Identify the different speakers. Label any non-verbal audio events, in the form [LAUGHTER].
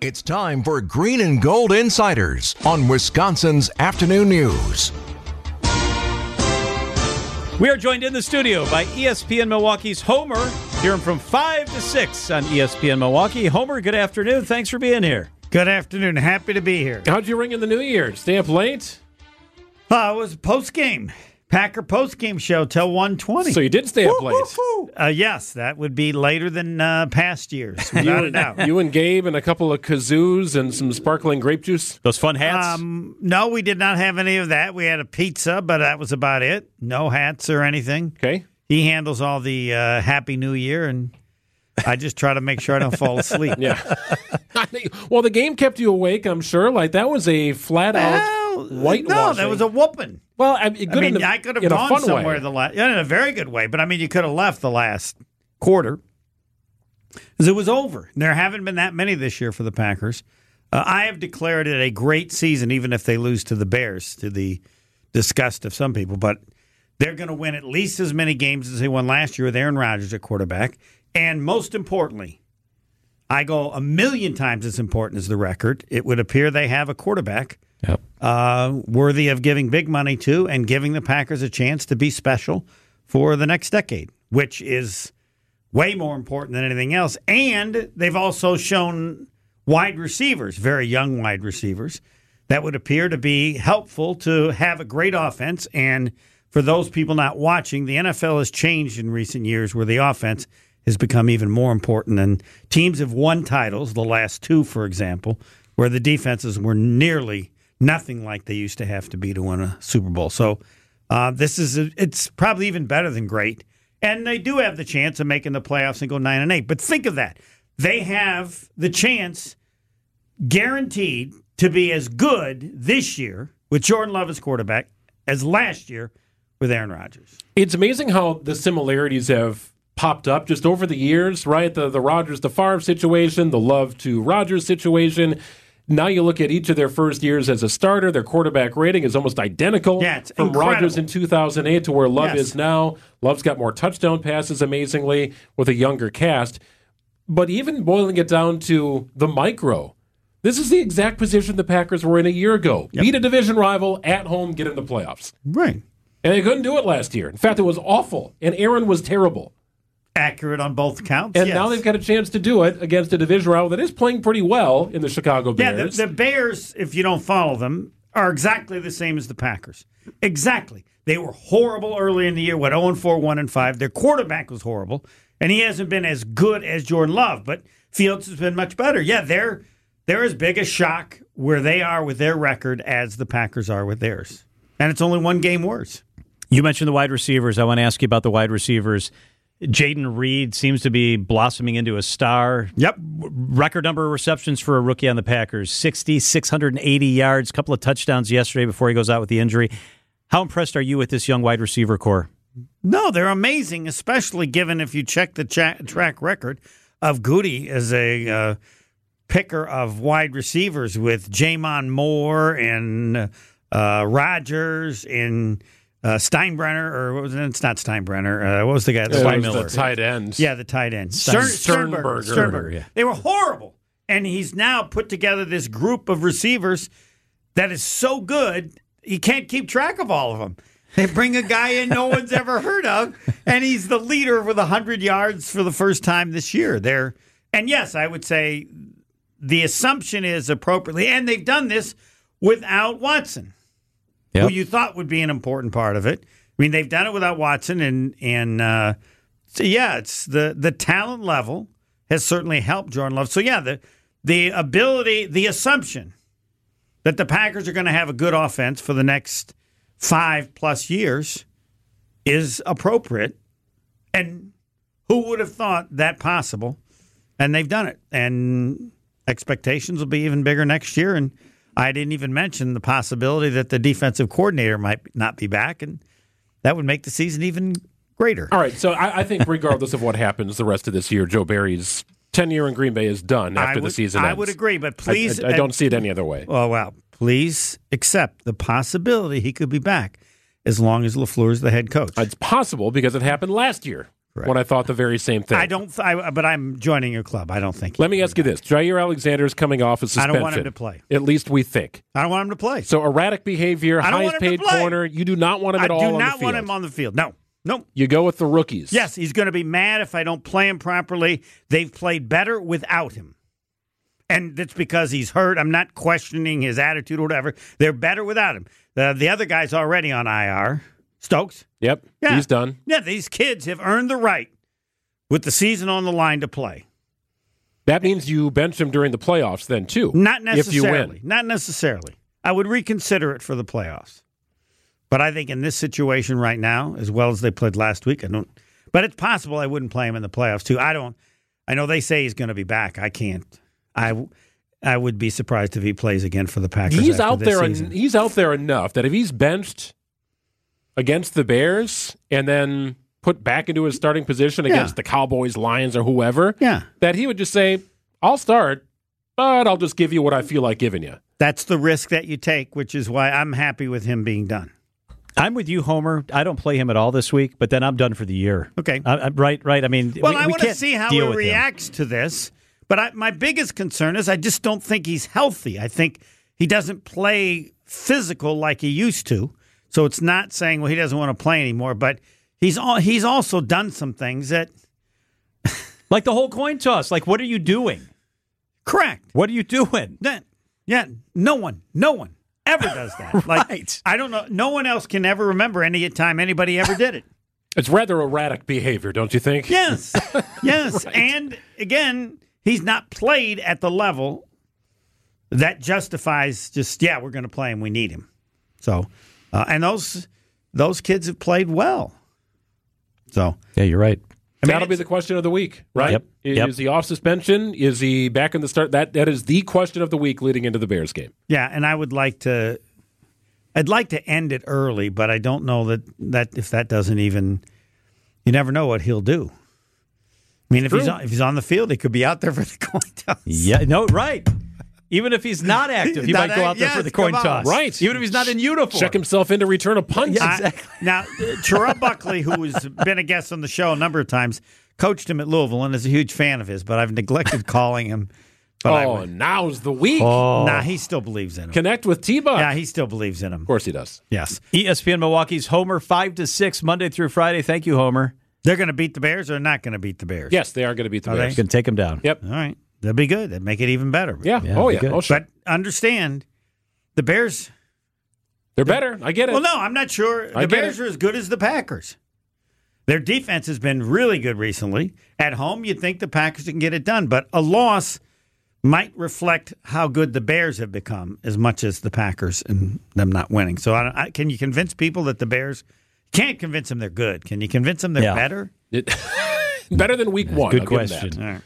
Speaker 1: It's time for Green and Gold Insiders on Wisconsin's Afternoon News.
Speaker 2: We are joined in the studio by
Speaker 3: E
Speaker 2: ESPN Milwaukee's Homer. Hear him from 5 to 6 on
Speaker 3: E
Speaker 2: ESPN Milwaukee. Homer, good afternoon. Thanks for being here.
Speaker 4: Good afternoon. Happy to be here.
Speaker 5: How'd you ring in the new year? Stay up late?
Speaker 4: Uh, it was post game Packer post game show till one twenty.
Speaker 5: So you did stay up late.
Speaker 4: Uh, yes, that would be later than uh, past years, without a doubt.
Speaker 5: [LAUGHS] You and Gabe and a couple of kazoos and some sparkling grape juice.
Speaker 2: Those fun hats.
Speaker 4: Um, no, we did not have any of that. We had a pizza, but that was about it. No hats or anything.
Speaker 5: Okay. [LAUGHS]
Speaker 4: He handles all the uh, Happy New Year, and I just try to make sure I don't fall asleep.
Speaker 5: [LAUGHS] Yeah. I think- well, the game kept you awake, I'm sure. Like that was a flat
Speaker 4: Well,
Speaker 5: out white.
Speaker 4: no, that was a whooping.
Speaker 5: well. I mean, good
Speaker 4: I mean,
Speaker 5: in a-
Speaker 4: I could have
Speaker 5: in a
Speaker 4: gone
Speaker 5: fun
Speaker 4: somewhere
Speaker 5: way.
Speaker 4: the last, in a very good way, but I mean, you could have left the last quarter because it was over. There haven't been that many this year for the Packers. Uh, I have declared it a great season, even if they lose to the Bears, to the disgust of some people. But they're going to win at least as many games as they won last year with Aaron Rodgers at quarterback. And most importantly, I go a million times as important as the record. It would appear they have a quarterback
Speaker 5: Yep.
Speaker 4: uh, worthy of giving big money to and giving the Packers a chance to be special for the next decade, which is way more important than anything else. And they've also shown wide receivers, very young wide receivers, that would appear to be helpful to have a great offense. And for those people not watching, the NFL has changed in recent years where the offense has become even more important. And teams have won titles, the last two, for example, where the defenses were nearly nothing like they used to have to be to win a Super Bowl. So uh, this is a, it's probably even better than great, and they do have the chance of making the playoffs and go nine and eight. But think of that; they have the chance, guaranteed, to be as good this year with Jordan Love as quarterback as last year with Aaron Rodgers.
Speaker 5: It's amazing how the similarities have popped up just over the years, right? The the Rogers to Favre situation, the Love to Rogers situation. Now you look at each of their first years as a starter, their quarterback rating is almost identical
Speaker 4: Yeah, it's
Speaker 5: from
Speaker 4: incredible.
Speaker 5: Rogers in 2008 to where Love
Speaker 4: Yes.
Speaker 5: is now. Love's got more touchdown passes amazingly with a younger cast. But even boiling it down to the micro, this is the exact position the Packers were in a year ago. Beat a division rival at home, get in the playoffs.
Speaker 4: Right.
Speaker 5: And they couldn't do it last year. In fact, it was awful. And Aaron was terrible.
Speaker 4: Accurate on both counts.
Speaker 5: And
Speaker 4: yes.
Speaker 5: now they've got a chance to do it against a division rival that is playing pretty well in the Chicago
Speaker 4: Yeah,
Speaker 5: Bears.
Speaker 4: the, the Bears, if you don't follow them, are exactly the same as the Packers. Exactly. They were horrible early in the year, what 0 4, 1 and 5. Their quarterback was horrible, and he hasn't been as good as Jordan Love, but Fields has been much better. Yeah, they're they're as big a shock where they are with their record as the Packers are with theirs. And it's only one game worse.
Speaker 3: You mentioned the wide receivers. I want to ask you about the wide receivers. Jaden Reed seems to be blossoming into a star.
Speaker 4: Yep.
Speaker 3: Record number of receptions for a rookie on the Packers 60, 680 yards, couple of touchdowns yesterday before he goes out with the injury. How impressed are you with this young wide receiver core?
Speaker 4: No, they're amazing, especially given if you check the cha- track record of Goody as a uh, picker of wide receivers with Jamon Moore and uh, Rogers and uh, Steinbrenner, or what was it? It's not Steinbrenner. Uh, what was the guy? The
Speaker 5: It
Speaker 4: wide
Speaker 5: was
Speaker 4: Miller.
Speaker 5: the tight end.
Speaker 4: Yeah, the tight end. Stern, Sternberger.
Speaker 5: Sternberger.
Speaker 4: Sternberger. They were horrible. And he's now put together this group of receivers that is so good, he can't keep track of all of them. They bring a guy in no one's ever heard of, and he's the leader with 100 yards for the first time this year. They're, and yes, I would say the assumption is appropriately, and they've done this without Watson who you thought would be an important part of it. I mean, they've done it without Watson, and and uh, so yeah, it's the the talent level has certainly helped Jordan Love. So yeah, the the ability, the assumption that the Packers are going to have a good offense for the next five plus years is appropriate, and who would have thought that possible? And they've done it, and expectations will be even bigger next year. And I didn't even mention the possibility that the defensive coordinator might not be back, and that would make the season even greater.
Speaker 5: All right. So I, I think, regardless of what happens the rest of this year, Joe Barry's tenure in Green Bay is done
Speaker 4: I
Speaker 5: after the
Speaker 4: would-
Speaker 5: season
Speaker 4: I
Speaker 5: ends.
Speaker 4: would agree, but
Speaker 5: I- I-
Speaker 4: please,
Speaker 5: I, don't see it any other way.
Speaker 4: Oh wow! Please accept the possibility he could be back as long as Lafleur is the head coach.
Speaker 5: It's possible because it happened last year. when I thought the very same thing.
Speaker 4: I don't, I, but I'm joining your club. I don't think.
Speaker 5: Let me ask you this: Jair Alexander is coming off a
Speaker 4: I
Speaker 5: suspension.
Speaker 4: don't want him to play.
Speaker 5: At least we think.
Speaker 4: I don't want him to play.
Speaker 5: So erratic behavior,
Speaker 4: I don't
Speaker 5: highest
Speaker 4: want him to
Speaker 5: paid
Speaker 4: play.
Speaker 5: corner. You do not want him
Speaker 4: I
Speaker 5: at all. on
Speaker 4: do
Speaker 5: the
Speaker 4: not want
Speaker 5: field.
Speaker 4: him on the field. No, no.
Speaker 5: You go with the rookies.
Speaker 4: Yes, he's going to be mad if I don't play him properly. They've played better without him. And that's because he's hurt. I'm not questioning his attitude or whatever. They're better without him. The, the other guy's already on IR. Stokes.
Speaker 5: Yep.
Speaker 4: Yeah.
Speaker 5: He's done.
Speaker 4: Yeah, these kids have earned the right with the season on the line to play.
Speaker 5: That means you bench him during the playoffs then too.
Speaker 4: Not
Speaker 5: If you
Speaker 4: necessarily.
Speaker 5: win.
Speaker 4: Not necessarily. I would reconsider it for the playoffs. But I think in this situation right now, as well as they played last week, I don't. But it's possible I wouldn't play him in the playoffs too. I don't. I know they say he's going to be back. I can't. I. I would be surprised if he plays again for the Packers.
Speaker 5: He's
Speaker 4: after
Speaker 5: out
Speaker 4: this
Speaker 5: there. En-
Speaker 4: season.
Speaker 5: he's out there enough that if he's benched against the Bears and then put back into his starting position
Speaker 4: Yeah.
Speaker 5: against the Cowboys, Lions, or whoever,
Speaker 4: Yeah,
Speaker 5: that he would just say, "I'll start, but I'll just give you what I feel like giving you."
Speaker 4: that's the risk that you take, which is why I'm happy with him being done.
Speaker 3: I'm with you, Homer. I don't play him at all this week, but then I'm done for the year.
Speaker 4: Okay.
Speaker 3: I, I, right, right. I mean,
Speaker 4: Well,
Speaker 3: we,
Speaker 4: I
Speaker 3: we
Speaker 4: want to
Speaker 3: can't
Speaker 4: see how he
Speaker 3: deal with him.
Speaker 4: reacts to this. But I, my biggest concern is I just don't think he's healthy. I think he doesn't play physical like he used to. So it's not saying well he doesn't want to play anymore. But he's all, he's also done some things that
Speaker 3: Like the whole coin toss. Like, what are you doing?
Speaker 4: correct.
Speaker 3: What are you doing?
Speaker 4: That yeah, no one, no one ever does
Speaker 3: [LAUGHS]
Speaker 4: that.
Speaker 3: Right.
Speaker 4: Like I don't know. No one else can ever remember any time anybody ever did it.
Speaker 5: It's rather erratic behavior, don't you think?
Speaker 4: Yes. Yes. And again, he's not played at the level that justifies just, yeah, we're going to play him. We need him. So, uh, and those those kids have played well. So,
Speaker 3: Yeah, you're right.
Speaker 5: That'll be the question of the week, right?
Speaker 3: Yep.
Speaker 5: Is
Speaker 3: Yep.
Speaker 5: he off suspension? Is he back in the start? That that is the question of the week leading into the Bears game.
Speaker 4: yeah, and I would like to I'd like to end it early, but I don't know that that if that doesn't even you never know what he'll do. I mean, if he's
Speaker 5: True.
Speaker 4: on, if he's on the field, he could be out there for the coin toss.
Speaker 3: Yeah, no, right. Even if he's
Speaker 4: [LAUGHS]
Speaker 3: not active, he
Speaker 4: Not
Speaker 3: might go
Speaker 4: act-
Speaker 3: out there for
Speaker 4: yes,
Speaker 3: the coin
Speaker 4: come on.
Speaker 3: toss.
Speaker 5: Right.
Speaker 3: Even if he's not in uniform.
Speaker 5: Check himself in to return a punt.
Speaker 3: Yeah.
Speaker 4: I- now, uh, Terrell Buckley, who has been a guest on the show a number of times, coached him at Louisville and is a huge fan of his, but I've neglected calling him. But I
Speaker 5: Oh,
Speaker 4: would-
Speaker 5: now's the week.
Speaker 4: nah, he still believes in him.
Speaker 5: Connect with T-Buck.
Speaker 4: yeah, he still believes in him.
Speaker 5: Of course he does.
Speaker 4: Yes.
Speaker 3: ESPN Milwaukee's Homer, 5 to 6, Monday through Friday. Thank you, Homer.
Speaker 4: They're going to beat the Bears or not going to beat the Bears?
Speaker 5: Yes, they are going to beat the Bears.
Speaker 3: Can take him down.
Speaker 5: Yep.
Speaker 4: All right. That'd be good. That'd make it even better.
Speaker 5: Yeah.
Speaker 3: Yeah,
Speaker 5: Oh
Speaker 3: be
Speaker 5: yeah.
Speaker 3: good.
Speaker 5: Oh sure.
Speaker 4: But understand, the Bears.
Speaker 5: They're better. I get it.
Speaker 4: Well, no, I'm not sure. The
Speaker 5: I get
Speaker 4: Bears
Speaker 5: it.
Speaker 4: are as good as the Packers. Their defense has been really good recently. At home, you'd think the Packers can get it done, but a loss might reflect how good the Bears have become as much as the Packers and them not winning. So, I, don't- I, can you convince people that the Bears can't convince them they're good? Can you convince them they're
Speaker 3: Yeah.
Speaker 4: better?
Speaker 5: It- better than week one.
Speaker 3: Good
Speaker 5: I'll give them that.
Speaker 3: question.
Speaker 4: All right.